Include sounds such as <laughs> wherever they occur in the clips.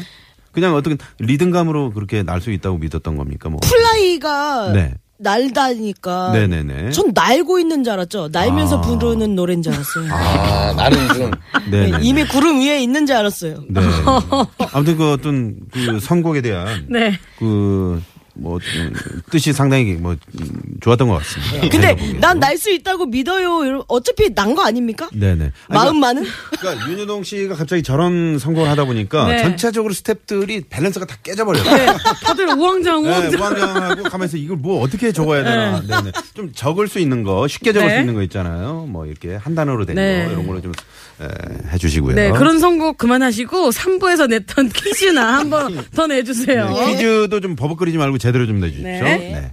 그냥 어떻게 리듬감으로 그렇게 날 수 있다고 믿었던 겁니까? 뭐. 플라이가 네. 날다니까. 네네네. 아. 전 날고 있는 줄 알았죠. 날면서 부르는 노래인 줄 알았어요. 아, 나는 좀 네네네. 이미 구름 위에 있는 줄 알았어요. <laughs> 네. 아무튼 그 어떤 그 선곡에 대한 네. 그 뭐 뜻이 상당히 뭐 음, 좋았던 것 네. 같습니다. 근데 제가 보기에는. 난 날 수 있다고 믿어요. 이러- 어차피 난 거 아닙니까? 네네 아니, 마음만은? 그러니까 윤여동 씨가 갑자기 저런 선곡을 하다 보니까 네. 전체적으로 스탭들이 밸런스가 다 깨져버렸어요. 다들 우왕좌왕 네, 우왕좌왕. 무한정하고 가면서 이걸 뭐 어떻게 적어야 되나. 네네. 좀 적을 수 있는 거, 쉽게 적을 네. 수 있는 거 있잖아요. 뭐 이렇게 한 단어로 된 네. 거, 이런 걸로 좀 에, 해주시고요. 네, 그런 선곡 그만하시고 3부에서 냈던 <laughs> 퀴즈나 한번 더 내주세요. 네, 퀴즈도 좀 버벅거리지 말고 제대로 좀 내주십시오. 네. 네.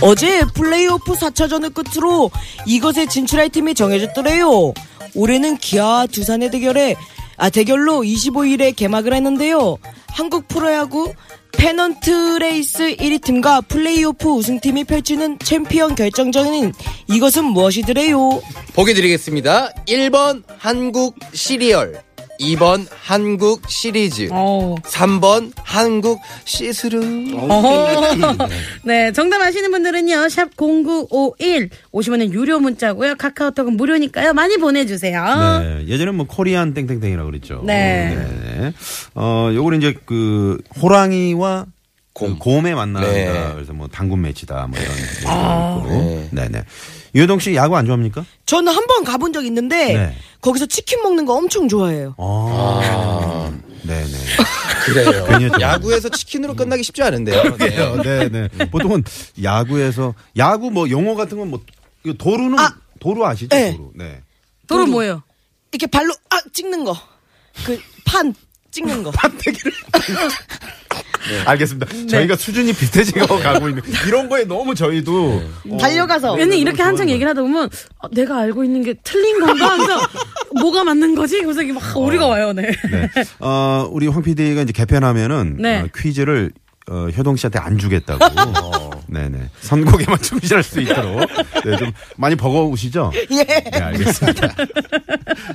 어제 플레이오프 4차전을 끝으로 이것에 진출할 팀이 정해졌더래요. 올해는 기아와 두산의 대결에 아 대결로 25일에 개막을 했는데요. 한국 프로야구 페넌트 레이스 1위 팀과 플레이오프 우승팀이 펼치는 챔피언 결정전인 이것은 무엇이더래요? 보기 드리겠습니다. 1번 한국 시리얼, 2번 한국 시리즈, 어. 3번 한국 시스루. 어허. 네, 정답 아시는 분들은요. 샵 0951 50원은 유료 문자고요. 카카오톡은 무료니까요. 많이 보내 주세요. 네. 예전에 뭐 코리안 땡땡땡이라고 그랬죠. 어? 네. 네. 어, 요걸 이제 그 호랑이와 곰. 그 곰에 만난다. 네. 그래서 뭐 당군 매치다 뭐 이런 얘기도 있고. 네, 네. 유동 씨 야구 안 좋아합니까? 저는 한 번 가본 적 있는데 네. 거기서 치킨 먹는 거 엄청 좋아해요. 아. 네, 네. 그래요. <laughs> 괜히 했죠. 야구에서 치킨으로 끝나기 쉽지 않은데요. 네. 네, 네. 보통은 야구에서 야구 뭐 용어 같은 건 뭐 도루는 아. 도루 아시죠? 네. 도루. 네. 도로 뭐예요? 이렇게 발로 아 찍는 거. 그 판 찍는 거. 네. 알겠습니다. 저희가 수준이 비슷해지고 가고 있는 이런 거에 너무 저희도 달려가서 왜냐면 이렇게 한창 얘기를 하다 보면 어, 내가 알고 있는 게 틀린 건가 <laughs> 하면서 뭐가 맞는 거지? 그래서 이게 막 오리가 와요. 네. 네. 어, 우리 황 PD가 이제 개편하면은 네. 어, 퀴즈를 어, 효동 씨한테 안 주겠다고. 네네. 선곡에만 <laughs> 충실할 수 있도록. 네, 좀 많이 버거우시죠? 예. 네, 알겠습니다.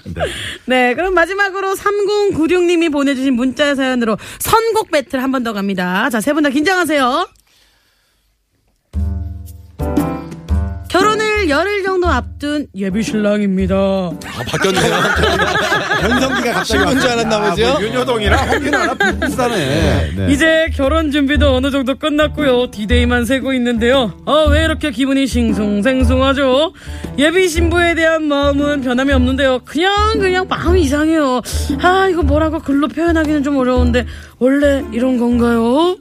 네. 네, 그럼 마지막으로 3096님이 보내주신 문자 사연으로 선곡 배틀 한 번 더 갑니다. 자, 세 분 다 긴장하세요. 결혼을 열흘 정도 앞둔 예비 신랑입니다. 아, 바뀌었네요. 변성기가 갑자기 신문 줄 알았나 보죠? 뭐 윤효동이랑 황윤아랑 비슷하네. 네. 이제 결혼 준비도 어느 정도 끝났고요. 디데이만 세고 있는데요. 아, 왜 이렇게 기분이 싱숭생숭하죠? 예비 신부에 대한 마음은 변함이 없는데요. 그냥 그냥 마음이 이상해요. 아, 이거 뭐라고 글로 표현하기는 좀 어려운데 원래 이런 건가요?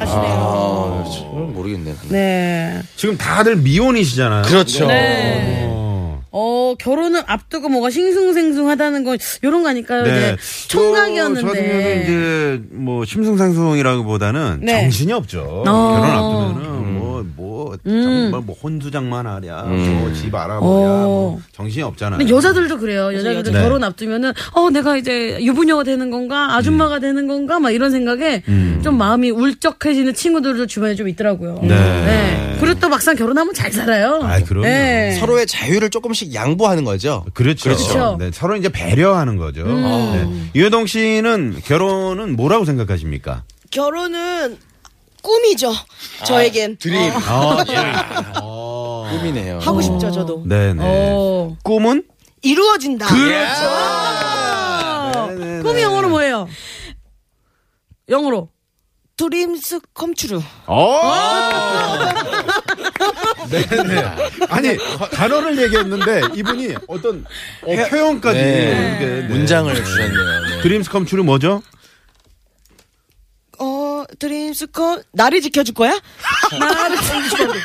아, 정말 모르겠네. 네. 지금 다들 미혼이시잖아요. 그렇죠. 어. 어, 결혼을 앞두고 뭐가 싱숭생숭하다는 건 요런 거 아닐까요? 이제 네. 뭐 저 같은 경우는 총각이었는데. 이제 뭐 심승상승이라기보다는 네. 아. 음. 정신이 없죠. 결혼 앞두면은 뭐 뭐 정말 뭐 혼수장만 하랴, 뭐 집 알아보랴, 뭐 정신이 없잖아요. 어. 근데 여자들도 그래요. 여자들도 네. 결혼 앞두면은 어 내가 이제 유부녀가 되는 건가 아줌마가 되는 건가 막 이런 생각에 좀 마음이 울적해지는 친구들도 주변에 좀 있더라고요. 네. 그리고 또 막상 결혼하면 잘 살아요. 아, 그럼요. 네. 서로의 자유를 조금씩 양보하는 거죠. 그렇죠. 그렇죠. 음. 네, 서로 이제 배려하는 거죠. 네. 유여동 씨는 결혼은 뭐라고 생각하십니까? 결혼은 꿈이죠. 저에겐 드림. 어, 아, 예. 어. 꿈이네요. 하고 싶죠 저도. 네네. 어. 꿈은? 이루어진다. 예. 네, 꿈이 영어로 뭐예요? 영어로. 드림스 컴츄루. 네네. 아니 단어를 얘기했는데 이분이 어떤 어, 표현까지 이렇게, 네. 문장을 주셨네요. 네. 드림스 컴츄는 뭐죠? 어 드림스 컴 나를 지켜줄 거야? 나를 지켜줄 거야.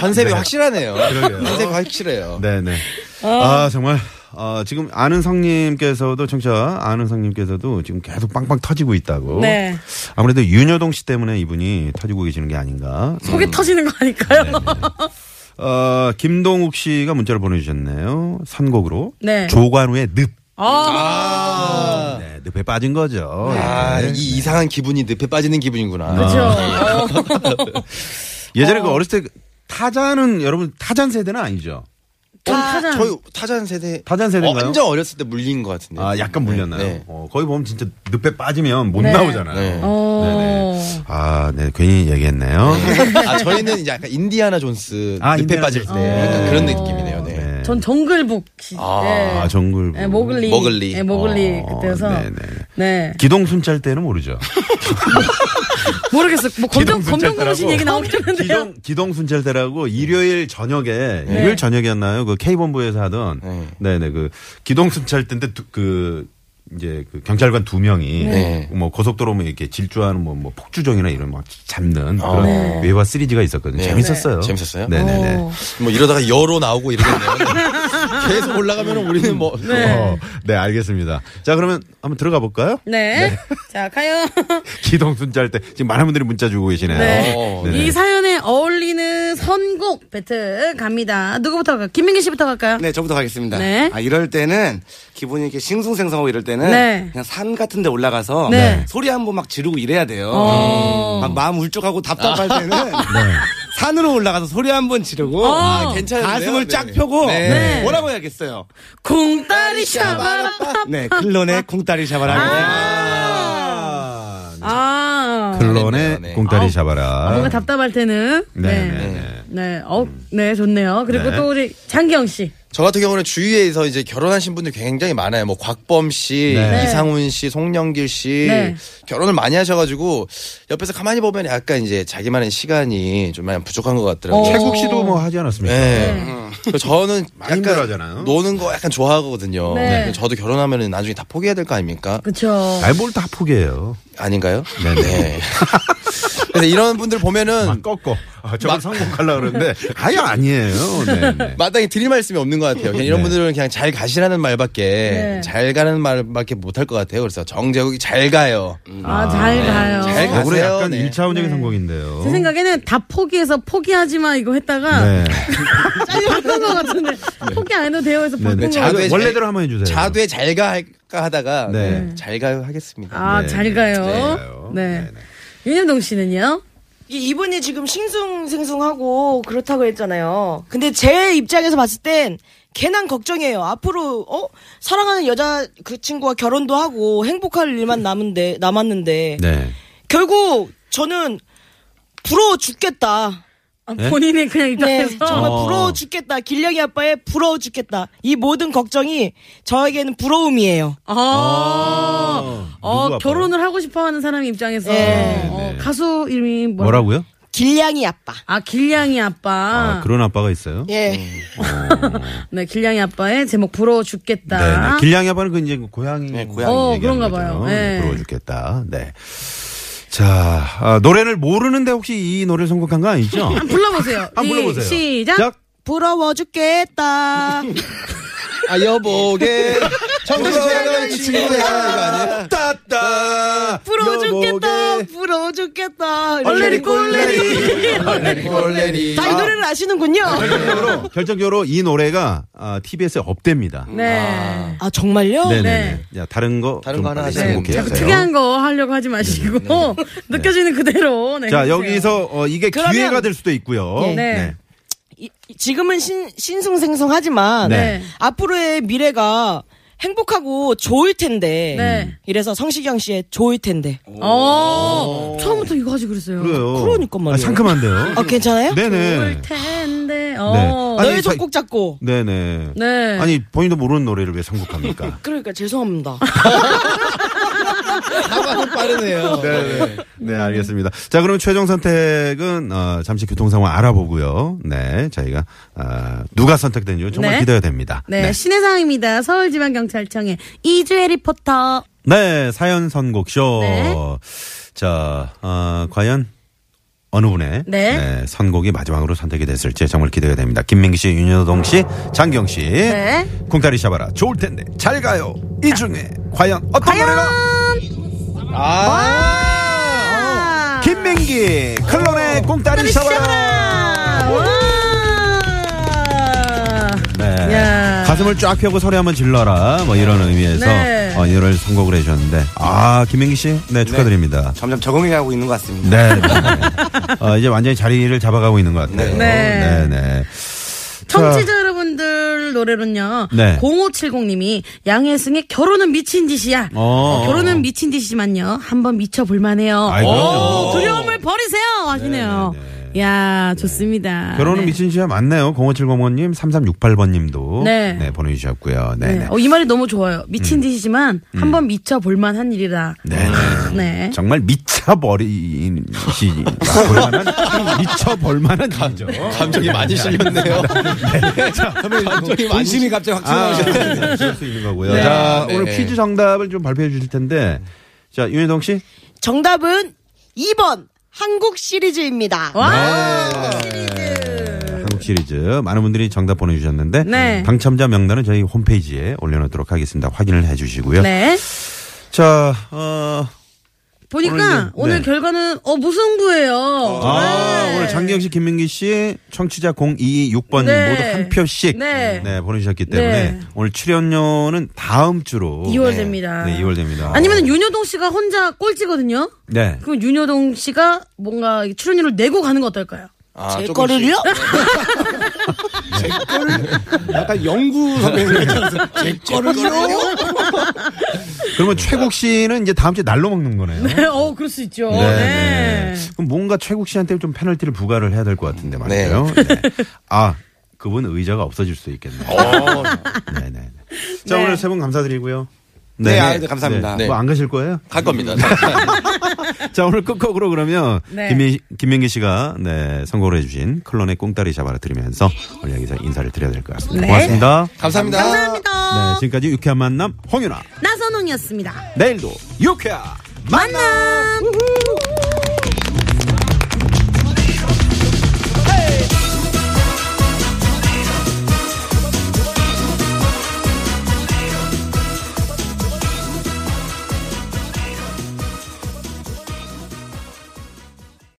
컨셉이 확실하네요. 그러게요. 컨셉이 확실해요. 네네. 아 정말 아, 지금 아는 성님께서도 청자 아는 성님께서도 지금 계속 빵빵 터지고 있다고. 네. 아무래도 윤여동 씨 때문에 이분이 터지고 계시는 게 아닌가. 속이 터지는 거 아닐까요? 네. 어, 김동욱 씨가 문자를 보내주셨네요. 선곡으로 네. 조관우의 늪. 아, 아, 네, 늪에 빠진 거죠. 아, 네. 이 이상한 기분이 늪에 빠지는 기분이구나. <laughs> 네. 아. 그렇죠. 예전에 그 어렸을 때 타자는 여러분 타잔 세대는 아니죠. 타, 저희 타잔 세대. 타잔 세대인가요? 완전 어렸을 때 물린 것 같은데. 아 약간 물렸나요? 네. 어, 거기 보면 진짜 늪에 빠지면 못 나오잖아요. 네. 어. 아, 네 괜히 얘기했네요. 아, 저희는 이제 약간 인디아나 존스 아, 늪에 인디아나 빠질 때 존스. 약간 그런 느낌이네요. 네. 네. 전 정글북. 시- 아 네. 정글. 네, 모글리. 머글리. 네, 모글리 어, 그때여서. 네네. <laughs> 네. 기동순 짤 때는 모르죠. 모르겠어. 뭐 검정 기동 검정 고무신 문자라고. 얘기 나오긴 했는데요. 기동 기동순찰대라고 일요일 저녁에 일요일 저녁이었나요? 그 K 본부에서 하던 네. 네. 네그 기동순찰대인데 두- 그 이제 그 경찰관 두 명이 네. 뭐 고속도로 뭐 이렇게 질주하는 뭐, 뭐 폭주정이나 이런 막 잡는 그런 외화 시리즈가 있었거든요. 네. 재밌었어요. 네. 재밌었어요? 네네네. 뭐 이러다가 여로 나오고 이러겠네요. 네. 계속 올라가면 우리는 뭐. 어, 네 알겠습니다. 자 그러면 한번 들어가 볼까요? <laughs> 네. 자, 가요. 기동순찰대 지금 많은 분들이 문자 주고 계시네요. 네. 어, 네네. 이 사연에 어울리는 선곡 배틀 갑니다. 누구부터 갈까요? 김민기 씨부터 갈까요? 네, 저부터 가겠습니다. 네. 아, 이럴 때는 기분이 이렇게 싱숭생숭하고 이럴 때는 네. 그냥 산 같은 데 올라가서 네. 소리 한 번 막 지르고 이래야 돼요. 어. 막 마음 울적하고 답답할 때는 산으로 올라가서 소리 한 번 지르고 아, 괜찮은데요? 가슴을 쫙 네. 펴고 네. 뭐라고 해야겠어요? 공다리 샤바라. 네, 클론의 쿵따리 샤바라. 아, 아. 클론의 네. 공다리 잡아라. 뭔가 답답할 때는. 네, 네. 네, 네. 네, 어, 네, 좋네요. 그리고 네. 또 우리 장기영 씨. 저 같은 경우는 주위에서 이제 결혼하신 분들 굉장히 많아요. 뭐 곽범 씨, 네. 이상훈 씨, 송영길 씨 네. 결혼을 많이 하셔가지고 옆에서 가만히 보면 약간 이제 자기만의 시간이 좀 많이 부족한 것 어. 같더라고요. 최국 씨도 뭐 하지 않았습니까? 네. 그래서 저는 많이 약간 힘들어하잖아요. 노는 거 약간 좋아하거든요. 네. 근데 저도 결혼하면 나중에 다 포기해야 될 거 아닙니까? 그쵸. 알볼 다 포기해요. 아닌가요? 네, 네. 그래서 이런 분들 막 보면은 꺾어. 아, 저걸 성공하려고 그러는데 <laughs> 아예 아니에요. 네, 네. 마땅히 드릴 말씀이 없는 것 같아요. 그냥 이런 네. 분들은 그냥 잘 가시라는 말밖에 잘 가는 말밖에 못할 것 같아요. 그래서 정재욱이 잘 가요. 아, 잘 네. 가요. 잘 가- 요거는 가세요. 약간 네. 일차원적인 성공인데요. 제 생각에는 다 포기해서 포기하지 마 이거 했다가 네. 바꾼 것 같은데 포기 안 해도 돼요 해서 바꾼 네, 네. 거 자두- 같아요. 자두에 원래대로 한번 해주세요. 자두에 잘 가 할까 하다가 네. 네, 잘 가요 하겠습니다. 아, 네, 잘 네, 잘 가요. 가요. 네. 네, 네. 윤현동 씨는요? 이게 이분이 지금 싱숭생숭하고 그렇다고 했잖아요. 근데 제 입장에서 봤을 땐 걔난 걱정이에요. 앞으로 어 사랑하는 여자 그 친구와 결혼도 하고 행복할 일만 남은데 남았는데 네. 결국 저는 부러워 죽겠다. 아, 본인의 그냥 네, 입장에서 아. 정말 부러워 죽겠다. 길령이 아빠의 부러워 죽겠다. 이 모든 걱정이 저에게는 부러움이에요. 아, 아, 어, 누구 아파요? 결혼을 하고 싶어 하는 사람 입장에서 어, 네. 가수 이름이 뭐라- 뭐라고요? 길량이 아빠. 아, 길냥이 아빠. 아, 그런 아빠가 있어요. 예. 네, 길냥이 아빠의 제목 부러워 죽겠다. 네, 네. 길냥이 아빠는 그 이제 고양이. 네, 고양이 어, 얘기하는 그런가 거죠. 봐요. 네. 부러워 죽겠다. 네. 자, 아, 노래를 모르는데 혹시 이 노래를 선곡한 거 <laughs> 아니죠? 한번 불러보세요. 한번 이- 불러보세요. 시작. 부러워 죽겠다. 아 여보게 정재욱이 정재욱이 친구야 따따. 부러워 죽겠다. 부러워 죽겠다. 이렇게. 얼레리 꼴레리. 이거 골레리 다 이 노래를 아시는군요. <laughs> 결정적으로, 결정적으로 이 노래가 아, TBS에 업됩니다. 네. 아 정말요? 네네네. 야, 다른 거. 다른 좀 거 하나 빨리 하세요. 선곡해 네, 주세요. 네, 특이한 거 하려고 하지 마시고 <laughs> 느껴지는 그대로. 네, 자, 해주세요. 여기서 어, 이게 그러면- 기회가 될 수도 있고요. 예. 네. 이- 지금은 신, 신숭생숭하지만 네. 앞으로의 미래가 행복하고 좋을 텐데. 네. 이래서 성시경 씨의 좋을 텐데. 어, 처음부터 이거 하지 그랬어요. 그래요. 그러니까 말이에요. 아, 상큼한데요. 어, 아, 괜찮아요? 네네. 좋을 텐데. 어. 네. 아니, 너의 자- 손꼭 잡고. 네네. 네. 아니 본인도 모르는 노래를 <laughs> 왜 선곡합니까? 그러니까 죄송합니다. 사과는 빠르네요. 네, 네, 알겠습니다. 자, 그럼 최종 선택은 어, 잠시 교통 상황 알아보고요. 네, 저희가 어, 누가 선택된지 정말 네. 기대가 됩니다. 네, 신의 상황입니다. 서울지방경찰청의 이주혜 리포터. 네, 사연 선곡쇼. 네. 자, 어, 과연 어느 분의 네. 선곡이 마지막으로 선택이 됐을지 정말 기대가 됩니다. 김민기 씨, 윤여동 씨, 장경 씨, 네. 쿵타리 샤바라 좋을 텐데 잘 가요. 이 중에 과연 어떤 노래가 아, 김민기 클론의 꽁다리 샤바라. 와. 네. 야. 가슴을 쫙 펴고 소리 한번 질러라 뭐 이런 의미에서 네. 어, 이 노래를 선곡을 해주셨는데 아 김민기 씨네 축하드립니다 점점 적응해가고 있는 것 같습니다. 네, 네. 어, 이제 완전히 자리를 잡아가고 있는 것 같아요 네, 네. 네. 청취자 여러분들 노래는요. 네. 0570님이 양혜승의 결혼은 미친 짓이야. 어. 결혼은 미친 짓이지만요. 한번 미쳐볼만해요. 어. 아이, 그럼요. 오, 두려움을 버리세요. 하시네요. 어. 네, 야 좋습니다. 결혼은 네. 미친 시야 맞네요 0570번님 3368번님도 네. 네. 보내주셨고요 음. 네. 네네 네. 어, 이 말이 너무 좋아요. 미친 짓이지만 한번 미쳐볼만한 일이다. 네. 네. 정말 미쳐버리시 <laughs> 미쳐볼만한 일이죠 네. 감정이 많이 <laughs> 실렸네요. 감정이 많이 관심이 뭐 갑자기 확 아, 튀어나오셨어요. 네, 그럴 수 있는 거고요. 아, 자, 네, 오늘 네. 퀴즈 정답을 좀 발표해 주실 텐데. 자, 윤혜동 씨. 정답은 2번 한국 시리즈입니다. 와. 네, 한국 시리즈. 많은 분들이 정답 보내주셨는데. 네. 당첨자 명단은 저희 홈페이지에 올려놓도록 하겠습니다. 확인을 해 주시고요. 네. 자, 어. 오늘 이제- 보니까 오늘 네. 결과는 어 무승부예요. 아, 네. 오늘 장기영 씨, 김민기 씨, 청취자 026번 네. 모두 한 표씩 네. 보내주셨기 때문에 네. 오늘 출연료는 다음 주로 2월 됩니다. 네, 2월 됩니다. 아니면 윤여동 씨가 혼자 꼴찌거든요. 네. 그럼 윤여동 씨가 뭔가 출연료를 내고 가는 거 어떨까요? 아, 제 조금씩. 거를요? 약간 영구 선배님 같아서 제 거를 걸어? 네. 그러면 최국 씨는 이제 다음 주에 날로 먹는 거네요. <laughs> 어, 그럴 수 있죠. 네. 네. 그럼 뭔가 최국 씨한테 좀 페널티를 부과를 해야 될 것 같은데 말이에요. 네. 아 그분 의자가 없어질 수 있겠네요. 네네. 자 네. 오늘 세 분 감사드리고요. 네, 아, 네, 감사합니다. 뭐 안 가실 거예요? 갈 겁니다. 자 오늘 끝곡으로 그러면 네. 김민, 김민기 씨가 네, 선곡을 해주신 클론의 꽁다리 잡아라 들으면서 오늘 여기서 인사를 드려야 될 것 같습니다. 네. 고맙습니다. 감사합니다. 네, 감사합니다. 지금까지 유쾌한 만남 홍윤아 나선홍이었습니다. 내일도 유쾌한 만남. 만남.